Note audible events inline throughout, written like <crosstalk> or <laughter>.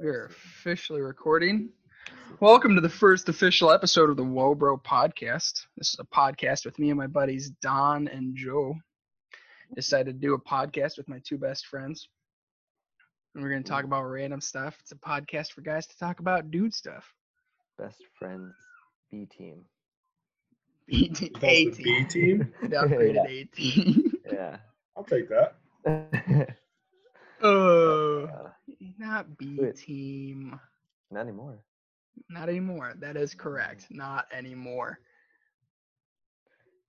We are officially recording. Welcome to the first official episode of the Whoa Bro podcast. This is a podcast with me and my buddies Don and Joe. Decided to do a podcast with my two best friends. And we're going to talk about random stuff. It's a podcast for guys to talk about dude stuff. <laughs> Best friends B team. That's the 18. B <laughs> team. Yeah, rated <laughs> 18. Yeah. I'll take that. Uh, Oh, not B Wait. team. Uh, not anymore. Not anymore. That is correct. Not anymore.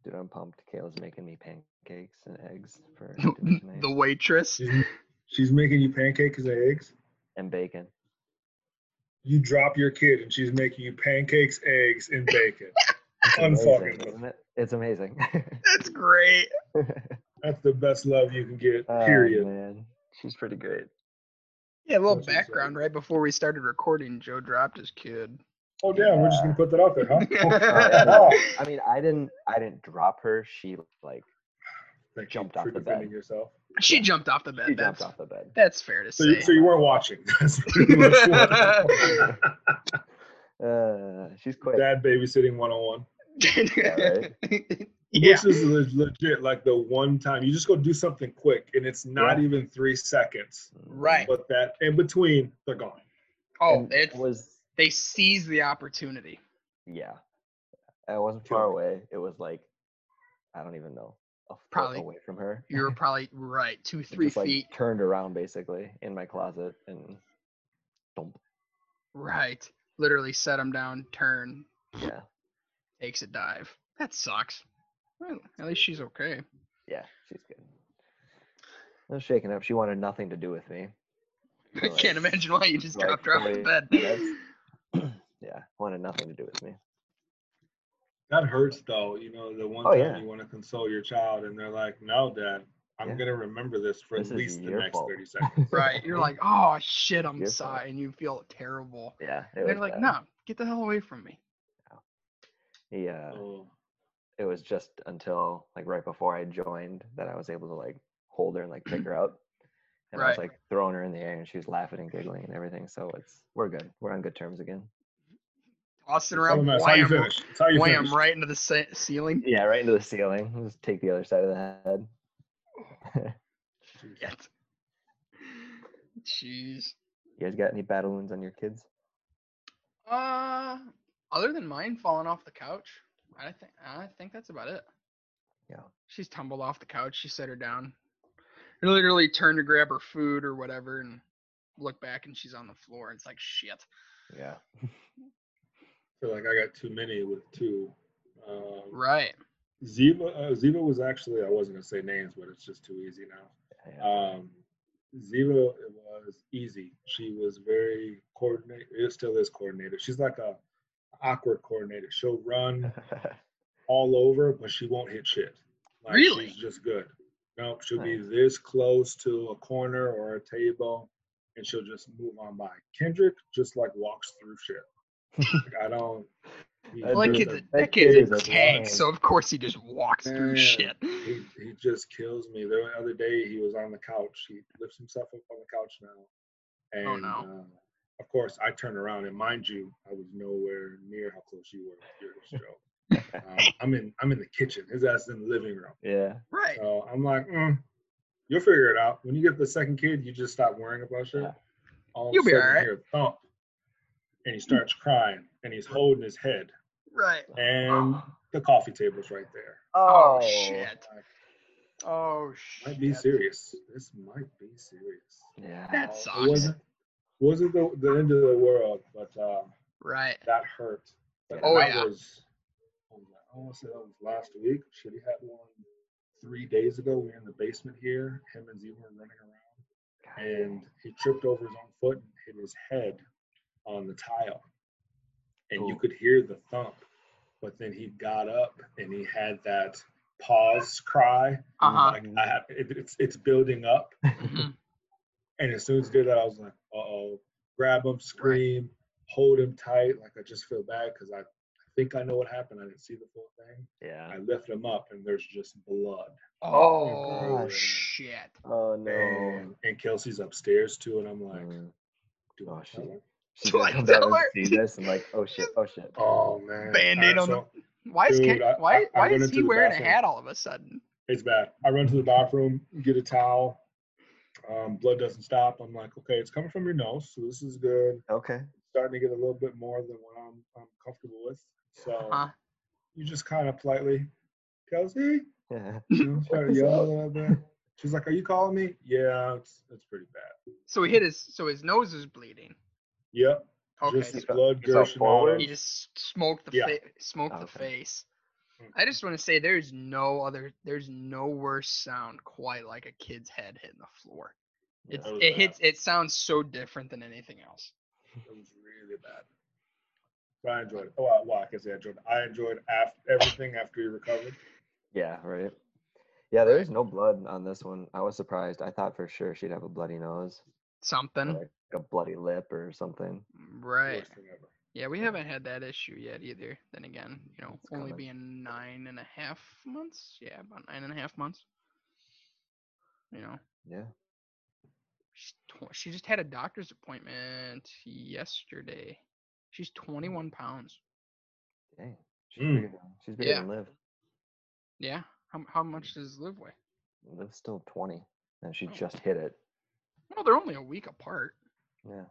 Dude, I'm pumped. Kayla's making me pancakes and eggs <laughs> for dinner tonight. the waitress. She's, she's making you pancakes and eggs. and bacon. You drop your kid, and she's making you pancakes, eggs, and <laughs> bacon. It's Unfucking amazing, isn't it? It's amazing. <laughs> That's great. That's the best love you can get. Oh, Period. man. She's pretty great. Yeah, a little That's what's background. Right before we started recording, Joe dropped his kid. <laughs> Oh, damn, we're just gonna put that out there, huh? Oh, yeah, no, I mean, I didn't I didn't drop her. She like Thank you Jumped off for the bed. defending yourself. she jumped off the she bed. jumped That's off the bed. that's fair to So, say. you, so you weren't watching. <laughs> That's pretty <laughs> much what happened. Uh, she's quick. Dad babysitting 101. <laughs> Yeah, yeah. Which is le- legit like the one time you just go do something quick and it's not Yeah. even three seconds. Right. But that in between, they're gone. Oh, And it's, was they seized the opportunity. Yeah. I wasn't far Joke. away. It was like I don't even know. A foot Probably. away from her. You <laughs> were probably right, two, three just, like, feet. turned around basically in my closet and dump. Right. Literally set him down, turn, Yeah. takes a dive. That sucks. Well, at least she's okay. <laughs> Yeah, she's good. I was shaken up. She wanted nothing to do with me. I Really. can't imagine why you just Like, dropped her off the really, bed. <laughs> that's- Yeah, wanted nothing to do with me. That hurts though, you know, the one Oh, time yeah. you want to console your child and they're like, no, dad, I'm Yeah. going to remember this for This at is least the your next fault." <laughs> 30 seconds. Right. You're like, oh shit, I'm Your fault. sorry, and you feel terrible. Yeah, They're it was like, bad. no, get the hell away from me. Yeah, So, it was just until like right before I joined that I was able to like hold her and like pick her up. And I was Right. like throwing her in the air and she was laughing and giggling and everything. So it's we're good. We're on good terms again. Tossing tell around, them that's how oh, you wham, finish. That's how you wham, finish. right into the ce- ceiling. Yeah, right into the ceiling. Just take the other side of the head. <laughs> Shit. Jeez. You guys got any battle wounds on your kids? Uh, other than mine falling off the couch, I think I think that's about it. Yeah. She's tumbled off the couch. She set her down. I literally turned to grab her food or whatever, and look back, and she's on the floor. It's like shit. Yeah. I feel like I got too many with two. Um, Right. Ziva, uh, Ziva was actually, I wasn't going to say names, but it's just too easy now. yeah. Um, Ziva it was easy. She was very coordinated. It still is coordinated. She's like a awkward coordinator. She'll run all over, but she won't hit shit. Like, Really? She's just good. No, she'll be this close to a corner or a table, and she'll just move on by. Kendrick just like walks through shit. like, I don't. he That Well, that just- kid's a, that that kid's kid a is a tank, lion. so of course he just walks through Yeah. shit. <laughs> he, he just kills me. The other day he was on the couch. He lifts himself up on the couch now. And Oh, no. uh, of course I turn around and mind you, I was nowhere near how close you were to <laughs> yours, Joe. um, I'm in I'm in the kitchen. His ass is in the living room. <laughs> yeah. Right. So I'm like, mm, you'll figure it out. When you get the second kid, you just stop worrying about shit. Yeah. All You'll of a be all sudden, right. you hear a thump, and he starts crying, and he's holding his head, Right. and the coffee table's right there. Oh, shit. Like, Oh might be shit. serious. This might be serious. Yeah. That Uh, It sucks. wasn't, wasn't the, the end of the world, but uh, Right. that hurt. But Oh, that yeah. was, oh, I want to say that was last week. Should he had one three days ago. We were in the basement here. Him and Z were running around, and he tripped over his own foot and hit his head on the tile. And you Ooh. could hear the thump, but then he got up and he had that pause cry. Uh <laughs> huh. Like I have, it, it's it's building up, Mm-hmm. and as soon as he did that, I was like, uh oh, grab him, scream, hold him tight. Like I just feel bad because I, I think I know what happened. I didn't see the full thing. Yeah. I lift him up, and there's just blood. Oh, God. shit. Oh no. And, and Kelsey's upstairs too, and I'm like, Mm. do Oh, I tell shit. her? She Do I just comes out tell and her? sees this and like, oh shit, oh <laughs> shit. Oh man, Band-Aid Alright, on so Why is Dude, Ken, I- I- why I why went is into he the wearing a bathroom. hat all of a sudden? It's bad. I run to the bathroom, get a towel. Um, blood doesn't stop. I'm like, okay, it's coming from your nose, so this is good. Okay. starting to get a little bit more than what I'm, I'm comfortable with. So Uh-huh. Huh? you just kind of politely, Kelsey, Yeah. you know, try to this yell a out. little bit. She's like, "Are you calling me?" Yeah, it's it's pretty bad. So he hit his so his nose is bleeding. Yep, Okay. just Just blood up- just up gushing out. forward? of- He just smoked the Yeah. fa- smoked the Okay. face. I just want to say there's no other there's no worse sound quite like a kid's head hitting the floor. It's, That was it bad. hits it sounds so different than anything else. It was really bad. But I enjoyed it. Oh, I- well, I can say I enjoyed. It. I enjoyed af- everything after you recovered. Yeah, right. Yeah, there is no blood on this one. I was surprised. I thought for sure she'd have a bloody nose, or, Something. like a bloody lip or something. Right. Worst thing ever. Yeah, we haven't had that issue yet either. Then again, you know, It's only coming. being nine and a half months. Yeah, about nine and a half months. You know, Yeah. she's tw- she just had a doctor's appointment yesterday. She's 21 pounds. Dang. She's Mm. bigger than, she's Hmm. bigger Yeah. than Liv. Yeah. How, how much does Liv weigh? Liv's still 20, and she Oh. just hit it. Well, they're only a week apart. Yeah.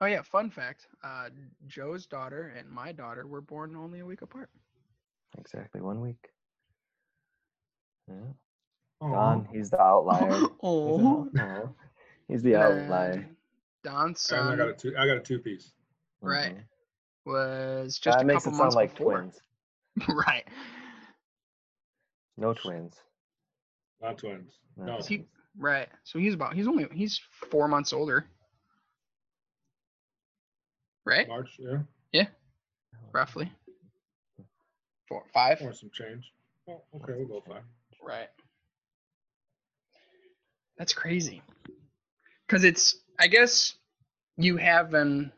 Oh yeah, fun fact. Uh, Joe's daughter and my daughter were born only a week apart. Exactly one week. Yeah. Aw. Don, he's the outlier. He's, an oh. outlier. <laughs> He's the outlier. Don's And I got a son two. I got a two piece. Right. Mhm. was just that a makes couple it sound months like before. twins. <laughs> right. No twins. Not twins. No. No. Is he right? So he's about he's only he's four months older. Right? March. Yeah. Roughly. Four five. Or some change. Oh, okay, we'll go five. Right. That's crazy. Cause it's I guess you have an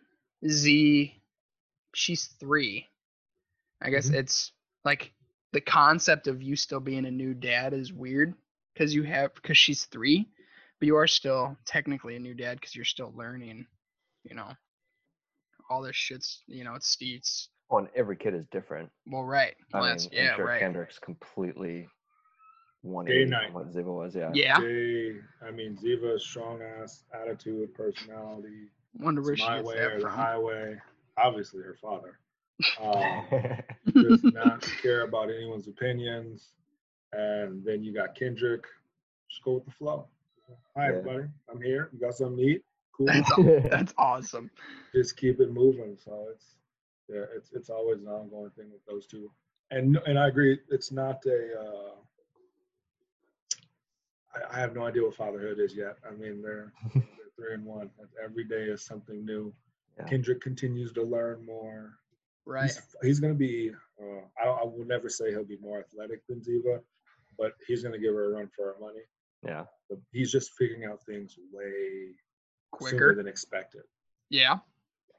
Z she's three. I guess Mhm. it's like the concept of you still being a new dad is weird because you have because she's three, but you are still technically a new dad because you're still learning, you know. All this shit's you know, it's it's Oh, and every kid is different. well right. I Well, mean, that's, I'm yeah, sure right. Kendrick's completely 180 night. from what Ziva was. Yeah. yeah. They, I mean, Ziva's strong ass attitude, personality. Wonder where It's she my gets way that or the from. <laughs> highway. Obviously, her father <laughs> um, does not care about anyone's opinions. And then you got Kendrick. Just go with the flow. Hi, Yeah. everybody. I'm here. You got something to eat? Cool. That's all. <laughs> That's awesome. Just keep it moving. So it's yeah, it's it's always an ongoing thing with those two. And no- and I agree. It's not a. Uh, I- I have no idea what fatherhood is yet. I mean, they're they're three and one. Every day is something new. Yeah. Kendrick continues to learn more. Right. He's, he's going to be, uh, I, I will never say he'll be more athletic than Ziva, but he's going to give her a run for her money. yeah. But he's just figuring out things way sooner Quicker. than expected. Yeah.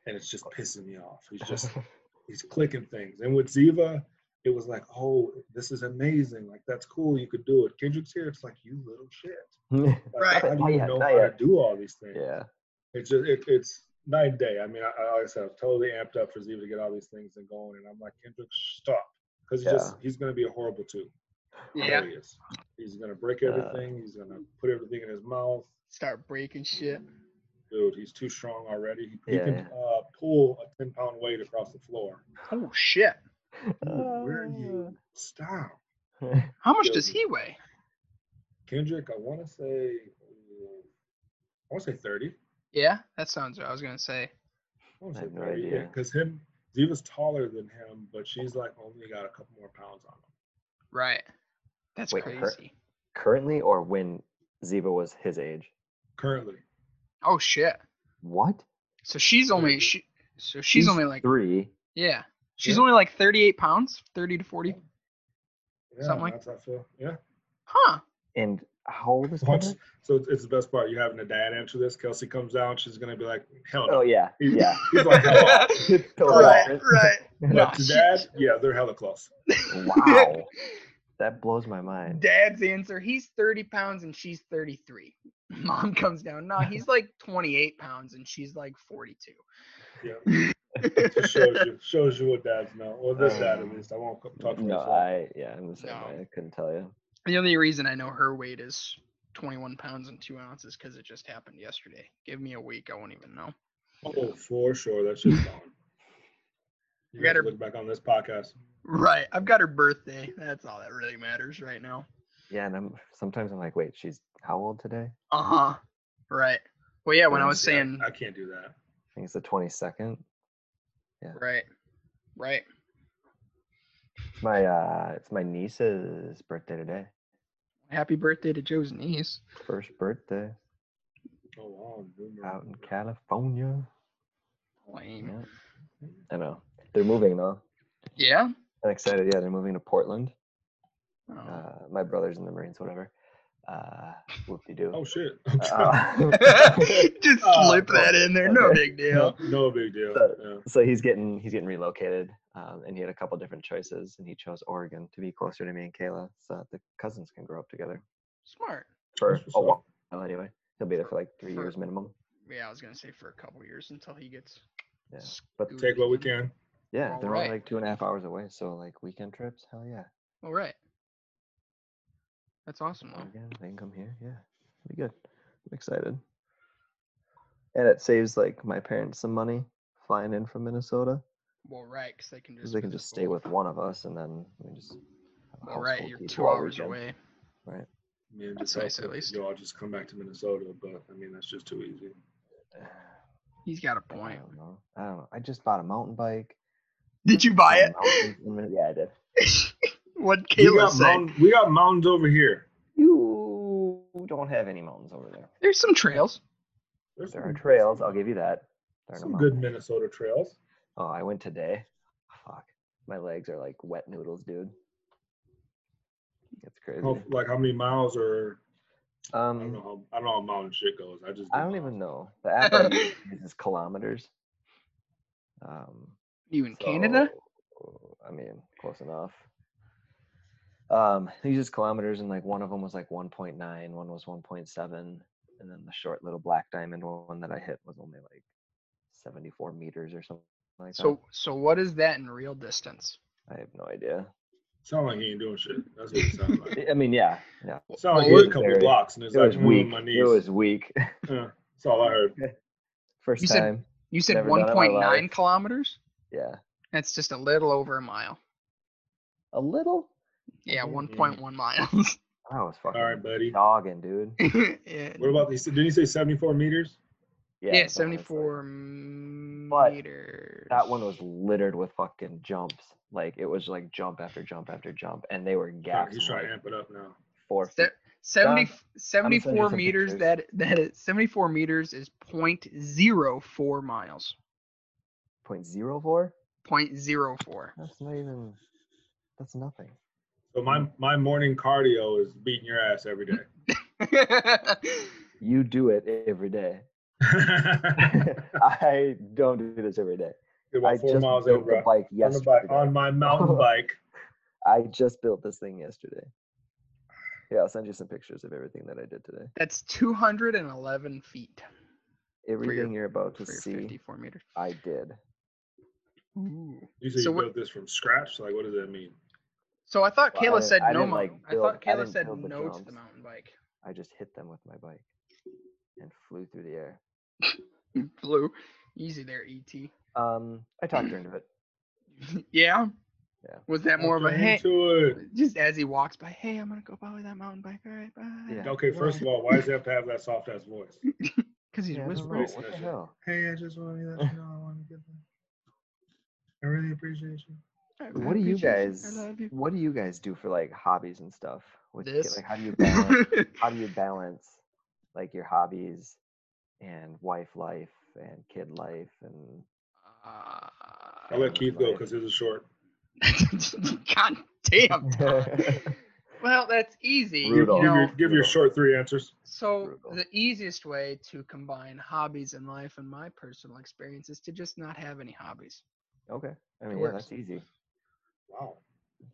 And it's just pissing me off. He's just, <laughs> he's clicking things. And with Ziva, it was like, oh, this is amazing. Like, that's cool. You could do it. Kendrick's here. It's like, you little shit. Like, Right. How Not do you yet, know not how to yet. do all these things? yeah. it's just it, it's night and day. I mean, I, I like I said, I was totally amped up for Ziva to get all these things and going, and I'm like, Kendrick, stop, because he's just he's gonna be a horrible two. I know Yeah. he is. He's gonna break Uh. everything. he's gonna put everything in his mouth. Start breaking shit. Dude, he's too strong already. He, he Yeah, can yeah. Uh, pull a ten pound weight across the floor. Oh shit. Dude, where are you? Oh. Stop, How much Yeah. does he weigh? Kendrick. I want to say, uh, I want to say thirty. Yeah, that sounds right. I was gonna say. I want I to say have no thirty. Yeah, idea. because him, Ziva's taller than him, but she's like only got a couple more pounds on him. Right. That's Wait, her- crazy. Currently or when Ziva was his age? Currently, Oh shit. What? So she's only Thirty. she. So she's He's only like three. yeah. She's Yeah. only like 38 pounds, 30 to 40. Yeah, Something like- that's how I feel. Yeah. Huh. And how old is Watch. Kendrick? So it's, it's the best part. You having a dad answer this. Kelsey comes out. She's gonna be like, "Hell no." Oh, yeah. He's- <laughs> Yeah. <laughs> He's like, "Hell no." Totally <laughs> right. different. Right. No, But to she- that, yeah, they're hella close. Wow. <laughs> that blows my mind. Dad's answer, he's 30 pounds and she's 33. <laughs> Mom comes down, no, he's like 28 pounds and she's like 42. Yeah, just shows you shows you what dads know, or this dad at Um, least. I won't co- talk No, about that. I yeah, I'm the same No. way. I couldn't tell you. The only reason I know her weight is 21 pounds and two ounces because it just happened yesterday. Give me a week, I won't even know. Oh, for sure, that shit's gone. You Got got her- to look back on this podcast. Right, I've got her birthday. That's all that really matters right now. Yeah, and I'm sometimes I'm like, wait, she's how old today? I Uh huh. Right. Well, yeah. When I was See, saying I can't do that. think it's the 22nd. right, right. It's my uh, it's my niece's birthday today. Happy birthday to Joe's niece. First birthday Oh wow, boomer. out in California. Lame. Yeah. I know they're moving though. Yeah. I'm excited. Yeah, they're moving to Portland. Oh. Uh, my brother's in the Marines, whatever. Uh, whoop de doo. Oh shit. uh, <laughs> <laughs> <laughs> Just Oh, slip cool. that in there. No Okay. big no, deal. no big deal. So- Yeah. so he's getting he's getting relocated, um, and he had a couple different choices, and he chose Oregon to be closer to me and Kayla, so that the cousins can grow up together Smart. for what's a up. while. Anyway, he'll be there for like three For- years minimum. Yeah, I was gonna say for a couple years until he gets. Yeah, but- But Take what we can. Yeah, All they're right. only like two and a half hours away, so like weekend trips, hell yeah. All right. That's awesome. Though. Oregon, they can come here, yeah, it'll be good. I'm excited, and it saves like my parents some money flying in from Minnesota Well, right, because they can just. because they can just stay with one of us, and then we just. have a All right, household you're people two all hours weekend. away. Man, That's just hope nice, at that least. Y'all just come back to Minnesota, but I mean that's just too easy. He's got a I point. don't know. I don't know. I just bought a mountain bike. Did you buy Got it? mountains in Min- <laughs> yeah, I did. <laughs> what We Kayla got, said. mountain, we got mountains over here. You don't have any mountains over there. There's some trails. There's There are trails. I'll give you that. There are no Some good mountains. Minnesota trails. Oh, I went today. Fuck. My legs are like wet noodles, dude. It's crazy. How, like how many miles or I don't um, know how I don't know how mountain shit goes. I just I don't even know. The app <laughs> I use uses kilometers. Um, You in Canada? so, I mean, close enough. Um, he uses kilometers, and like one of them was like 1.9, one was 1.7, and then the short little black diamond one that I hit was only like 74 meters or something like um, So so what is that in real distance? that. I have no idea. Sound like he ain't doing shit. That's what it sounds like. I- I mean, yeah, yeah. It sounded like Well, he hit <laughs> it a couple was blocks and it's It like was mm, weak. my knees. It was weak. <laughs> Yeah, <laughs> that's all I heard. First You said- time. You said Never done it in my 1.9 life. kilometers? Yeah. That's just a little over a mile. A little. Yeah, Mhm. 1.1 miles. <laughs> I All was fucking right, buddy. dogging, dude. yeah, What about these? Didn't he say 74 meters? yeah, something like that. 74 But meters. That one was littered with fucking jumps. Like it was like jump after jump after jump, and they were Yeah, gaps. he's in, trying like, to amp it up now. four feet. Se- 70, you 74 some meters pictures. that that is 74 meters is 0.04 miles. Point zero four. <laughs> 0.04. That's not even. That's nothing. So my my morning cardio is beating your ass every <laughs> day. You do it every day. <laughs> Did I don't do this every day. I about four just miles built over the bike on, the bike, on yesterday. my <laughs> mountain bike. I just built this thing yesterday. Yeah, I'll send you some pictures of everything that I did today. That's 211 feet Everything you're about to for your see, 54 meters. I did. Ooh. You said So you what- built this from scratch. Like, what does that mean? So I thought Well, I Kayla didn't- said I no. didn't, mo- like, I thought build- I Kayla didn't said build the no to the jumps. mountain bike. I just hit them with my bike and flew through the air. Blue, easy there, E Et. Um, I talked her into it. yeah. Yeah. Was that more of a Look hey? into it. Just as he walks by, hey, I'm gonna go buy that mountain bike. All right, bye. Yeah. Okay, first of all, why does he have to have that soft ass voice? Because he's Yeah, I don't know, whispering. Race What the mission. hell? Hey, I just want to let you know I want to get there. I really appreciate you. "I- I What do you appreciate guys? I love you. What do you guys do for like hobbies and stuff? With ki- This? like, how <laughs> do you balance? how do you balance like your hobbies and wife life and kid life <laughs> and <laughs> I'll Uh, let Keith go because his is short. God <laughs> damn. Tom. well, that's easy. Give, Brutal. You give your, know, give your short three answers. So Brutal. the easiest <laughs> way to combine hobbies and life in my personal experience is to just not have any hobbies. Okay. I mean, yeah, works. that's easy. Wow.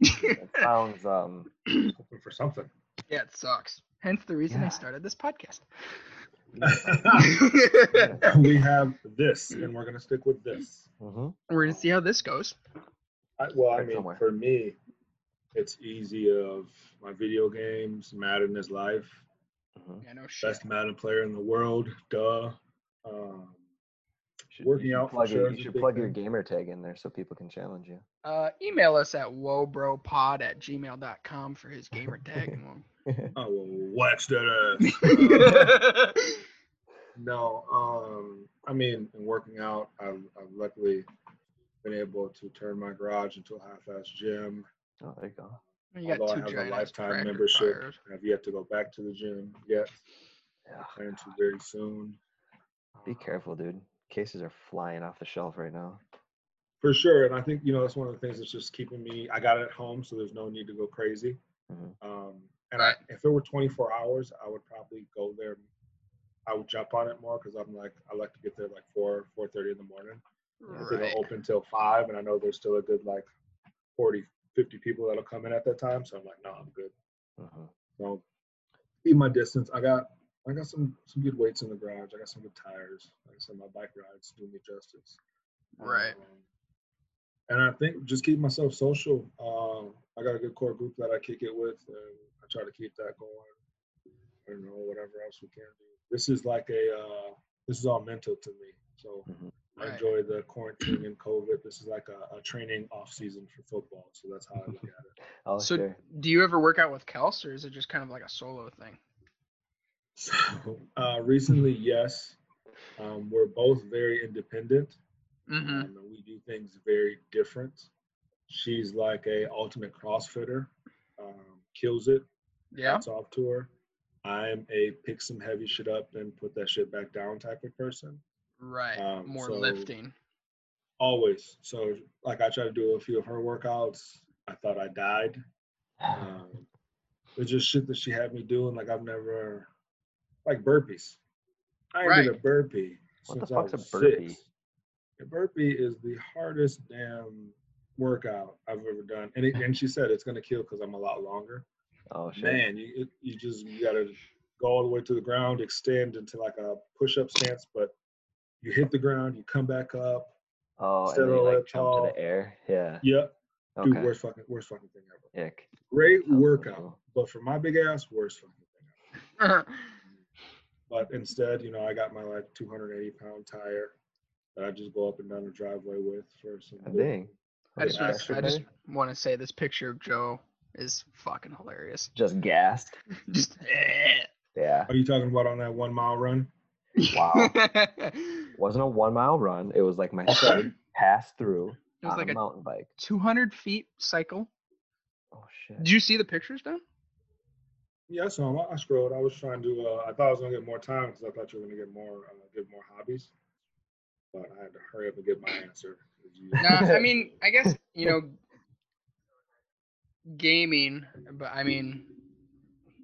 That sounds um Hoping for something. Yeah, it sucks. Hence the reason I Yeah. Ah. started this podcast. <laughs> we have this, and we're gonna stick with this. hmm We're gonna see how this goes. I, well, I Start mean, somewhere. for me, it's easy. Of my video games, Madden is life. hmm Yeah, no shit. Best Madden player in the world. Duh. Um, Should, Working you should out for plug, sure your, is you a should big plug your thing. gamer tag in there so people can challenge you. Uh, email us at woebropod at gmail.com for his gamer tag. <laughs> and we'll- <laughs> oh well, watch that ass. Uh, No, um, I mean, in working out, I've, I've luckily been able to turn my garage into a half-ass gym. oh, there you go. you got Although I two have a giant lifetime cracker membership. fires. I've yet to go back to the gym yet. Yeah. Plan to very soon. Be careful, dude. Cases are flying off the shelf right now. For sure, and I think you know that's one of the things that's just keeping me. I got it at home, so there's no need to go crazy. Mhm. Um, and I, if it were 24 hours, I would probably go there. I would jump on it more because I'm like I like to get there like four 4:30 in the morning. I think Right. it'll open till five, and I know there's still a good like 40, 50 people that'll come in at that time. So I'm like, no, I'm good. Mhm. So keep my distance. I got I got some some good weights in the garage. I got some good tires. Like I said, my bike rides do me justice. Right. Um, and I think just keep myself social. Um, I got a good core group that I kick it with, and I try to keep that going. I don't know whatever else we can do. This is like a uh, this is all mental to me. So I Mhm. Mm-hmm. Right. enjoy the quarantine and COVID. This is like a, a training off season for football. So that's how I look at it. Oh, So- <sighs> sure. Do you ever work out with Kels, or is it just kind of like a solo thing? So uh, recently, yes, um, we're both very independent. Mm-hmm. Um, and we do things very different. She's like a ultimate CrossFitter, um, kills it. Yeah. Hats off to her. I'm a pick some heavy shit up and put that shit back down type of person. Right. Um, More so- lifting. <laughs> Always. So like I try to do a few of her workouts. I thought I died. Um, it's just shit that she had me doing. Like I've never, like burpees. I ain't did a burpee. What the since I fuck's a was burpee? six. A burpee is the hardest damn workout I've ever done, and it, and she said it's gonna kill because I'm a lot longer. Oh, sure. Man, you it, you just you gotta go all the way to the ground, extend into like a push-up stance, but you hit the ground, you come back up. Oh, and Instead then you of like let jump to all- the air. Yeah. Yep, dude, Okay. worst fucking worst fucking thing ever. Ick. Great Sounds workout, miserable. but for my big ass, worst fucking thing ever. right. But instead, you know, I got my like 280 pound tire that I just go up and down the driveway with for some. God good- Dang. I just, Yeah, wanna, extra I just day? want to say this picture of Joe is fucking hilarious. <laughs> Just gassed. Just <laughs> Yeah. Are you talking about on that one mile run? Wow. Wasn't a one mile run. It was like my <coughs> third pass through It was on like a a mountain bike. 200 feet cycle. Oh Did shit. you see the pictures, Don? Yeah, so um, I- I scrolled. I was trying to. Uh, I thought I was gonna get more time because I thought you were gonna get more, uh, get more hobbies. But I had to hurry up and get my answer. 'cause you- No, <laughs> I mean, I guess you know, gaming. But I mean,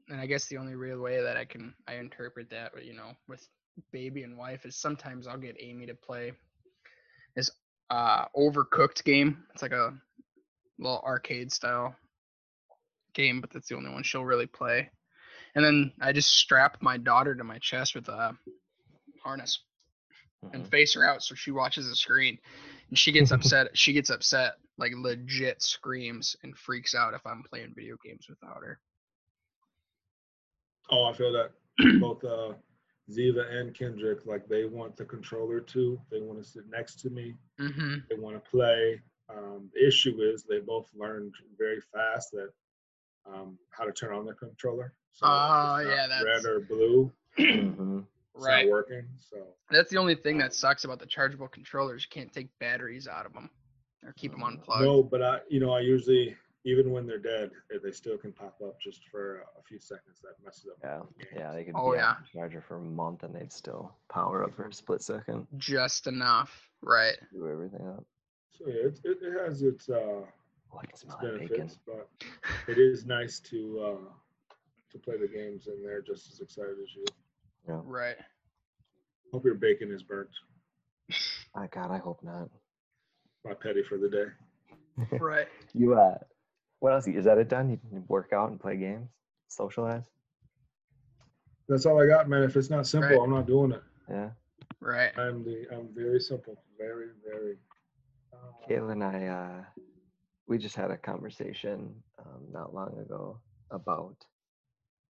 and I guess the only real way that I can I interpret that, you know, with baby and wife is sometimes I'll get Amy to play this uh, overcooked game. It's like a little arcade style game, but that's the only one she'll really play. And then I just strap my daughter to my chest with a harness and <coughs> Mhm. face her out so she watches the screen and she <laughs> gets upset she gets upset like legit screams and freaks out if i'm playing video games without her Oh, I feel <clears throat> that both uh, Ziva and Kendrick, like they want the controller too. They want to sit next to me. mm-hmm. they want to play. Um, the issue is they both learned very fast that um, how to turn on their controller. So Ah, if it's yeah, not red that's- or blue. Mhm. It's right not working. So that's the only thing that sucks about the chargeable controllers you can't take batteries out of them or keep them Mm. unplugged no, but I, you know, I usually even when they're dead, they- they still can pop up just for a few seconds. That messes up. Yeah. the games. Yeah. They could Oh, be yeah. on the charger for a month and they'd still power up for a split second. just enough right Do everything up. So yeah, it, it, it has its uh, Oh, I can its smell that bacon. benefits, but <laughs> it is nice to uh, to play the games, and they're just as excited as you. Yeah. <laughs> right Hope your bacon is burnt. My God, I hope not. my petty for the day. right. You uh, what else is that? It done? You can work out and play games, socialize. That's all I got, man. If it's not simple, Right. I'm not doing it. Yeah. Right. I'm the I'm very simple, very very. uh, Kayla and I, uh, we just had a conversation um, not long ago about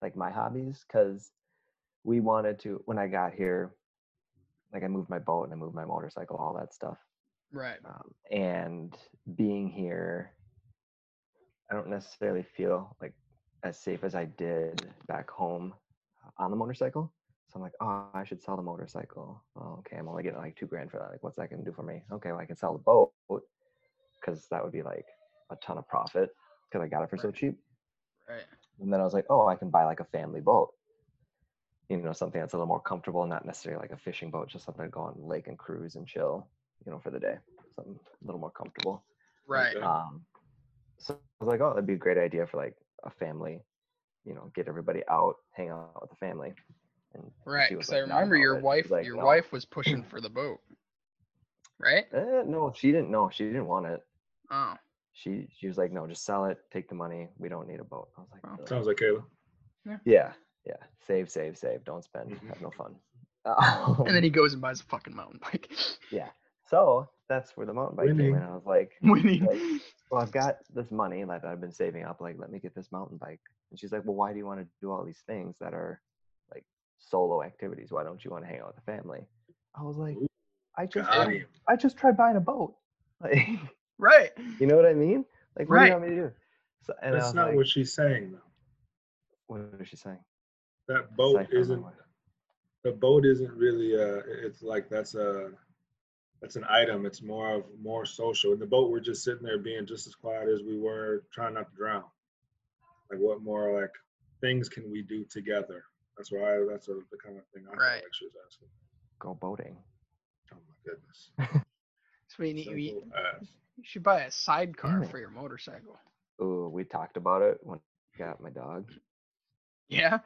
like my hobbies because we wanted to when I got here, like I moved my boat and I moved my motorcycle, all that stuff. Right. um, and being here i don't necessarily feel like as safe as i did back home uh, on the motorcycle so i'm like oh i should sell the motorcycle oh, okay i'm only getting like two grand for that like what's that gonna do for me okay well i can sell the boat because that would be like a ton of profit because i got it for so Right. cheap Right. and then I was like, oh, I can buy like a family boat. You know, something that's a little more comfortable, not necessarily like a fishing boat, just something to go on the lake and cruise and chill, you know, for the day. Something a little more comfortable. Right. Okay. Um, so I was like, oh, that'd be a great idea for like a family, you know, get everybody out, hang out with the family. And Right. she was, Because I like, not remember about your it. She wife. was like, your no. wife was pushing for the boat. <clears throat> Right. Eh, no, she didn't know. She didn't want it. Oh. She she was like, no, just sell it, take the money. We don't need a boat. I was like, Wow. "Ugh." Sounds like Kayla. Yeah, yeah. Save, save, save. Don't spend. Mhm. Have no <laughs> fun. Um, And then he goes and buys a fucking mountain bike. <laughs> <laughs> so that's where the mountain bike came in. Winning. I <laughs> was like, Winning. Right. "Well, I've got this money that I've been saving up. Like, let me get this mountain bike." And she's like, "Well, why do you want to do all these things that are like solo activities? Why don't you want to hang out with the family?" I was like, Ooh, "I just, Got tried- him. I just tried buying a boat. <laughs> Like, Right. you know what I mean? Like, what do Right. you want me to do?" So, and I That's was not like, what she's saying though. "What is she saying?" That boat Siphon my isn't wife. the boat isn't really uh it's like that's a that's an item. It's more of more social. In the boat we're just sitting there being just as quiet as we were, trying not to drown. Like what more like things can we do together? That's why I, that's sort of the kind of thing I feel Right. like she was asking. Go boating. Oh my goodness. So we need, we, Simple as. you should buy a sidecar Damn it. for your motorcycle. Ooh, we talked about it when I got my dog. Yeah.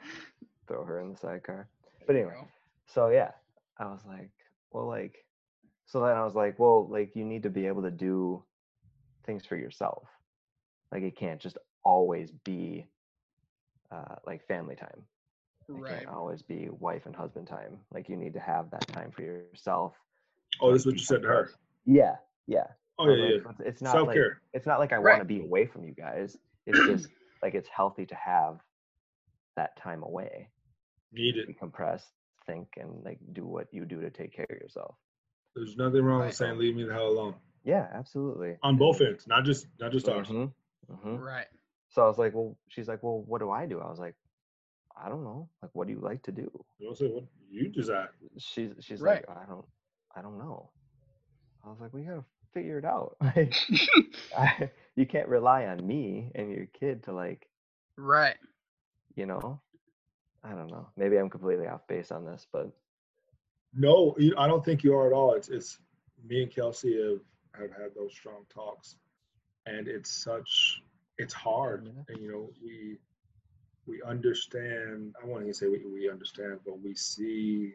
throw her in the sidecar. But There you anyway, go. so yeah, I was like, well, like, so then I was like, well, like, you need to be able to do things for yourself. Like, it can't just always be uh, like family time. It Right. can't uh-huh. always be wife and husband time. Like, you need to have that time for yourself. Oh, like, this is what you said to her. decompress. Yeah, yeah. I Oh was yeah, like, yeah. "It's- It's not Self like care. it's not like I Right. want to be away from you guys. <clears throat> It's just like it's healthy to have that time away Need it. decompress, think, and like do what you do to take care of yourself. There's nothing wrong Right. with saying leave me the hell alone. Yeah, absolutely. On both ends, not just not just ours. hmm hmm Right. So I was like, well, she's like, well, what do I do? I was like, I don't know. Like, what do you like to do? You know, say what you decide. She's she's like, I don't, I don't know. I was like, we gotta figure it out. <laughs> Like, I, you can't rely on me and your kid to like, right. you know. I don't know. Maybe I'm completely off base on this, but No, you- I don't think you are at all. It's it's me and Kelsey have have had those strong talks, and it's such it's hard, Yeah. and you know we we understand. I won't even say we we understand, but we see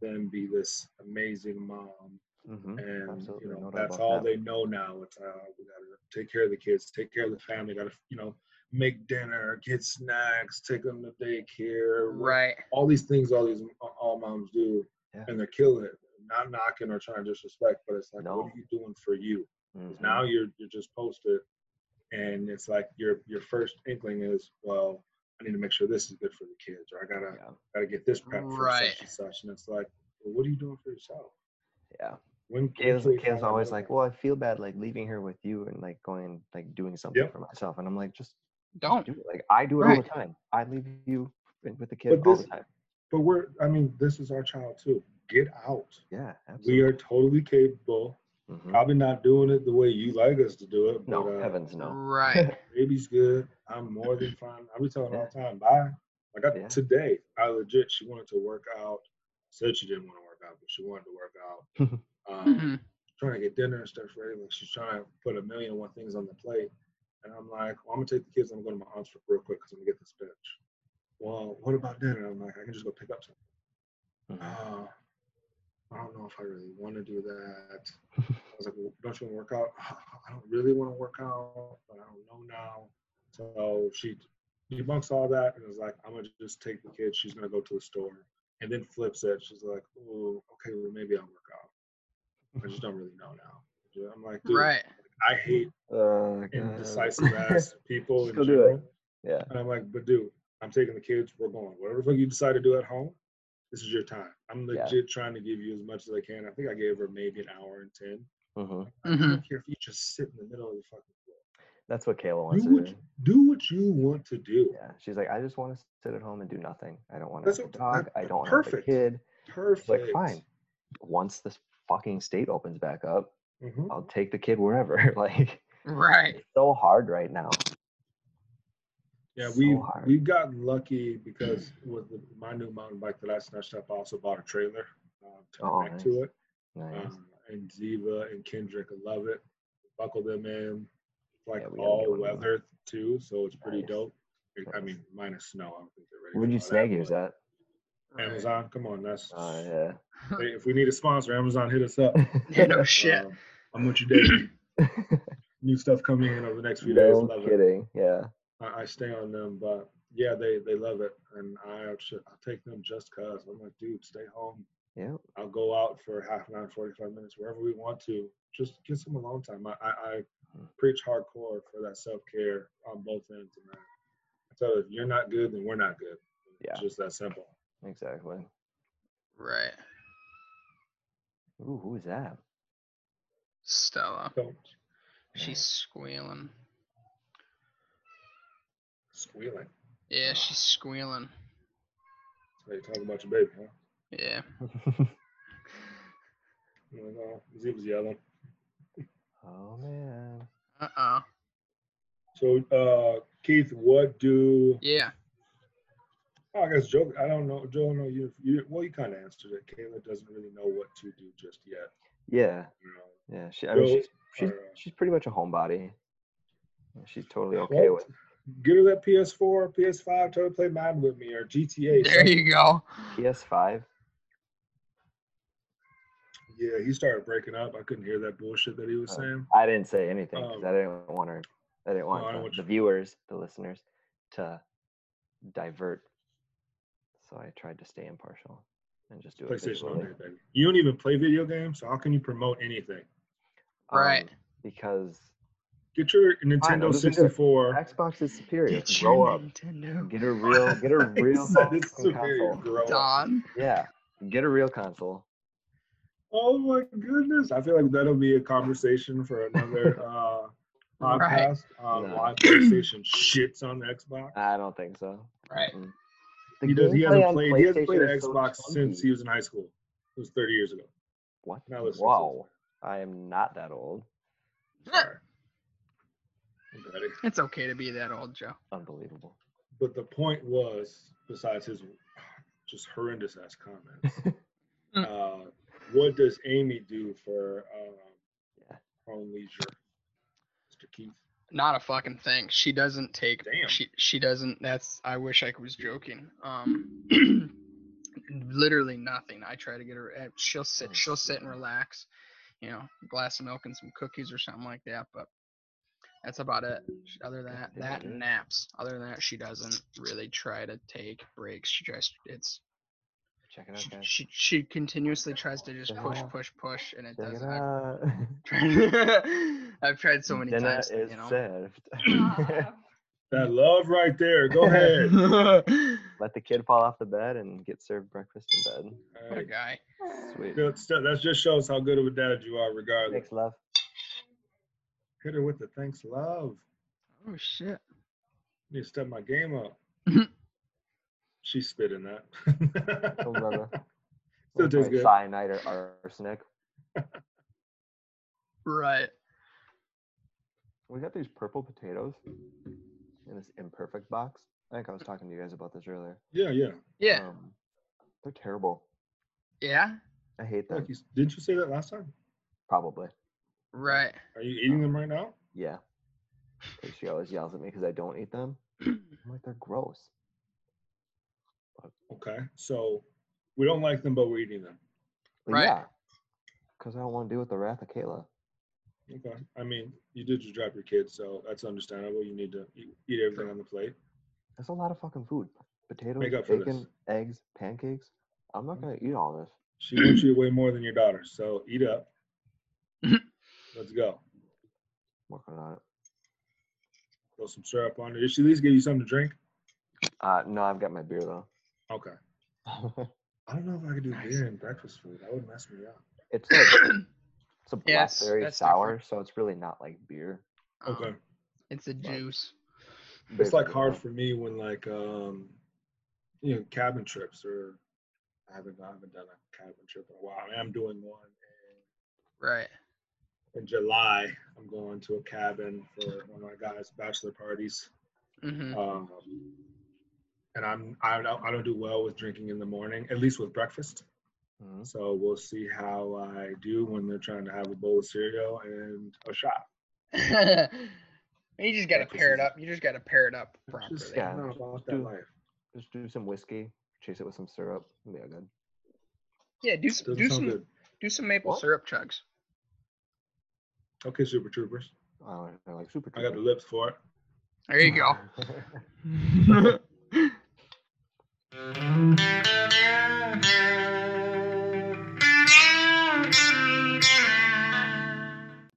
them be this amazing mom, mhm, and Absolutely, you know no doubt that's about all that. they know now. It's uh, we gotta take care of the kids, take care of the family, gotta you know make dinner, get snacks, take them to daycare, work Right. all these things all these all moms do Yeah. and they're killing it not knocking or trying to disrespect but it's like what No. are you doing for you 'Cause mhm, now you're you're just posted and it's like your your first inkling is well i need to make sure this is good for the kids or i gotta yeah, gotta get this prep for Right. such and such and it's like well, what are you doing for yourself yeah. when Kayla's, when can we Kayla's find out <laughs> always about like, that? well, I feel bad like leaving her with you and like going and like doing something Yep. for myself. And I'm like, just Don't. do it. Like I do it all Right. the time. I leave you and with the kid But all this- the time. but we're i mean this is our child too get out Yeah, we absolutely. are totally capable Mhm. probably not doing it the way you like us to do it No, but uh, heavens no. <laughs> Right. <laughs> baby's good. I'm more than fine. I be telling her all the time, bye. Like I, Yeah. today, I legit she wanted to work out. Said she didn't want to work out, but she wanted to work <laughs> out. um, Mhm. trying to get dinner and stuff ready. Like she's trying to put a million and one things on the plate. And I'm like, well, I'm gonna take the kids. I'm gonna go to my aunt's real quick because I'm gonna get this bitch. Mm-hmm. <laughs> Well, what about dinner? I'm like, I can just go pick up something. Mhm. Oh, I don't know if I really want to do that. I was like, well, don't you want to work out? "Ah, I don't really want to work out, but I don't know now. So she debunks all that and is like, I'm gonna just take the kid. She's gonna go to the store, and then flips it. She's like, oh, okay, well maybe I'll work out. I just don't really know now. I'm like, dude, Right. I hate Uh, indecisive <laughs> ass people Just in go do it. general. Yeah. And I'm like, but dude, I'm taking the kids. We're going. Whatever the fuck you decide to do at home, this is your time. I'm Yeah. legit trying to give you as much as I can. I think I gave her maybe an hour and 10. hmm I hmm don't care if you just sit in the middle of the fucking floor. That's what Kayla wants You to would- do. Do what you want to do. Yeah, she's like, I just want to sit at home and do nothing. I don't want to That's have a what- dog. that- I that- don't want to have a perfect. kid. She's like, Perfect. fine. Once this fucking state opens back up, Mhm. I'll take the kid wherever. <laughs> like, Right. it's so hard right now. Yeah, so we hard. we got lucky because with the, my new mountain bike that I snatched up, I also bought a trailer uh, to Oh, connect to it. Nice. Um, and Ziva and Kendrick love it. Buckle them in. It's like Yeah, we gotta get all one of those. weather too, so it's pretty Nice. dope. It- I Nice. mean, minus snow. I don't think they're ready. Where'd for you all snag that, yours but at? Amazon. Come on, that's Oh, yeah. hey, if we need a sponsor, Amazon hit <laughs> us up. <laughs> Yeah, no shit. Um, I'm with you, Dave. <laughs> New stuff coming in over the next few days. no Love it. kidding. Yeah. I, I stay on them, but yeah, they they love it, and I actually I take them just cause I'm like, dude, stay home. Yeah. I'll go out for half an hour, 45 minutes, wherever we want to. Just get some alone time. I, I, I Mhm. preach hardcore for that self care on both ends. And I, I tell you, if you're not good, then we're not good. Yeah. It's just that simple. Exactly. Right. Ooh, <laughs> who's that? Stella. Don't She's squealing. squealing. Yeah, she's squealing. That's how you talk about your baby, huh? Yeah. I'm like, oh, Z was yelling. oh man. Uh oh. So, uh, Keith, what do <laughs> Yeah. Oh, I guess Joe. I don't know, Joe. No, you. You. Well, you kind of answered it. Kayla doesn't really know what to do just yet. Yeah. You know. Yeah. She, I mean, So, she's she's uh, she's pretty much a homebody. She's totally okay with. Well, Get her that PS4, PS5. Tell her to play Madden with me or GTA. There something. you go. PS5. Yeah, he started breaking up. I couldn't hear that bullshit that he was Oh. saying. I didn't say anything because I Um, didn't want her. I didn't want I don't the, want the you- viewers, the listeners, to divert. So I tried to stay impartial and just do it PlayStation all visually. day, baby. You don't even play video games, so how can you promote anything? Right. Um, because Get your Fine, I'll Nintendo just do it. 64. Xbox is superior. Get Grow your up. Nintendo. Get a real. Get a He real said <laughs> <laughs> it's fucking superior, console. grow up. Don. Yeah. Get a real console. Oh my goodness! I feel like that'll be a conversation for <laughs> another uh, Right. podcast. Um, No. Why PlayStation shits on Xbox? I don't think so. Right. Mm-mm. The He, does, he gameplay hasn't on played. He hasn't played PlayStation an is so Xbox since clunky. he was in high school. It was 30 years ago. What? Now listen. Wow. I am not that old. Sorry. Buddy. It's okay to be that old, Joe. Unbelievable. But the point was, besides his just horrendous ass comments, <laughs> uh, what does Amy do for um, Yeah. home leisure, Mr. Keith? Not a fucking thing. She doesn't take. Damn. She she doesn't. That's. I wish I was joking. <clears throat> Um. literally nothing. I try to get her. eh, She'll sit. Oh, She'll sit and sweet. relax. You know, a glass of milk and some cookies or something like that. But that's about it. Sh- Other than that, Yeah, that dude. and naps. Other than that, she doesn't really try to take breaks. She just. It's. Check it out, She, guys. she she continuously tries to just Check it push out. push push, and it Check it doesn't. I've out. tried, <laughs> I've tried so many Dinner times. is you know. <laughs> served. <laughs> That love right there. Go ahead. <laughs> Let the kid fall off the bed and get served breakfast in what a guy. bed. Sweet. Good stuff. That just shows how good of a dad you are, regardless. Thanks, love. Hit her with the thanks, love. Oh shit. need to step my game up. Mhm. She's spitting that. Cool, brother. Still tastes good. Cyanide or arsenic. Right. We got these purple potatoes in this imperfect box. I think I was talking to you guys about this earlier. <laughs> Yeah, yeah. Yeah. Uh, Um, they're terrible. Yeah. I hate them. Like you, s- didn't you say that last time? Probably. Right. Are you eating them right now? Yeah. 'Cause She always yells at me because I don't <clears throat> eat them. I'm like, they're gross. Okay. So we don't like them, but we're eating them. But Right. Yeah. Because I don't want to deal with the wrath of Kayla. Okay. I mean, you did just drop your kids, so that's understandable. You need to eat, eat everything on the plate. That's a lot of fucking food. Potatoes, Make up for this. bacon, eggs, pancakes. I'm not Mm. gonna eat all this. She wants you way more than your daughter, so eat up. Let's go. Working on it. Throw some syrup on it. Did she at least give you something to drink? Uh, no, I've got my <laughs> beer though. Okay. I don't know if I could do Nice. beer and breakfast food. That would mess me up. it's like it's a Yeah, it's- blackberry that's sour, different. so it's really not like beer. Okay. Um, it's a Right. juice. It's Beer's like really hard good. for me when like um you know cabin trips or I haven't I haven't done a cabin trip in a while. I mean, I'm doing one Right. in, in July. I'm going to a cabin for one of my guys' bachelor parties. hmm Um, and I'm I don't I don't do well with drinking in the morning, at least with breakfast. Mhm. So we'll see how I do when they're trying to have a bowl of cereal and a shot. <laughs> you just got to Breakfast pair is- it up. You just got to pair it up It's properly. just Yeah, not just about do- that life. Just do some whiskey, chase it with some syrup. Yeah, good. Yeah, do some, Doesn't do sound some good. do some maple What? syrup chugs. Okay, Super Troopers. I don't know, like super. I got the Troopers. <laughs> lips for it. <laughs> There you go.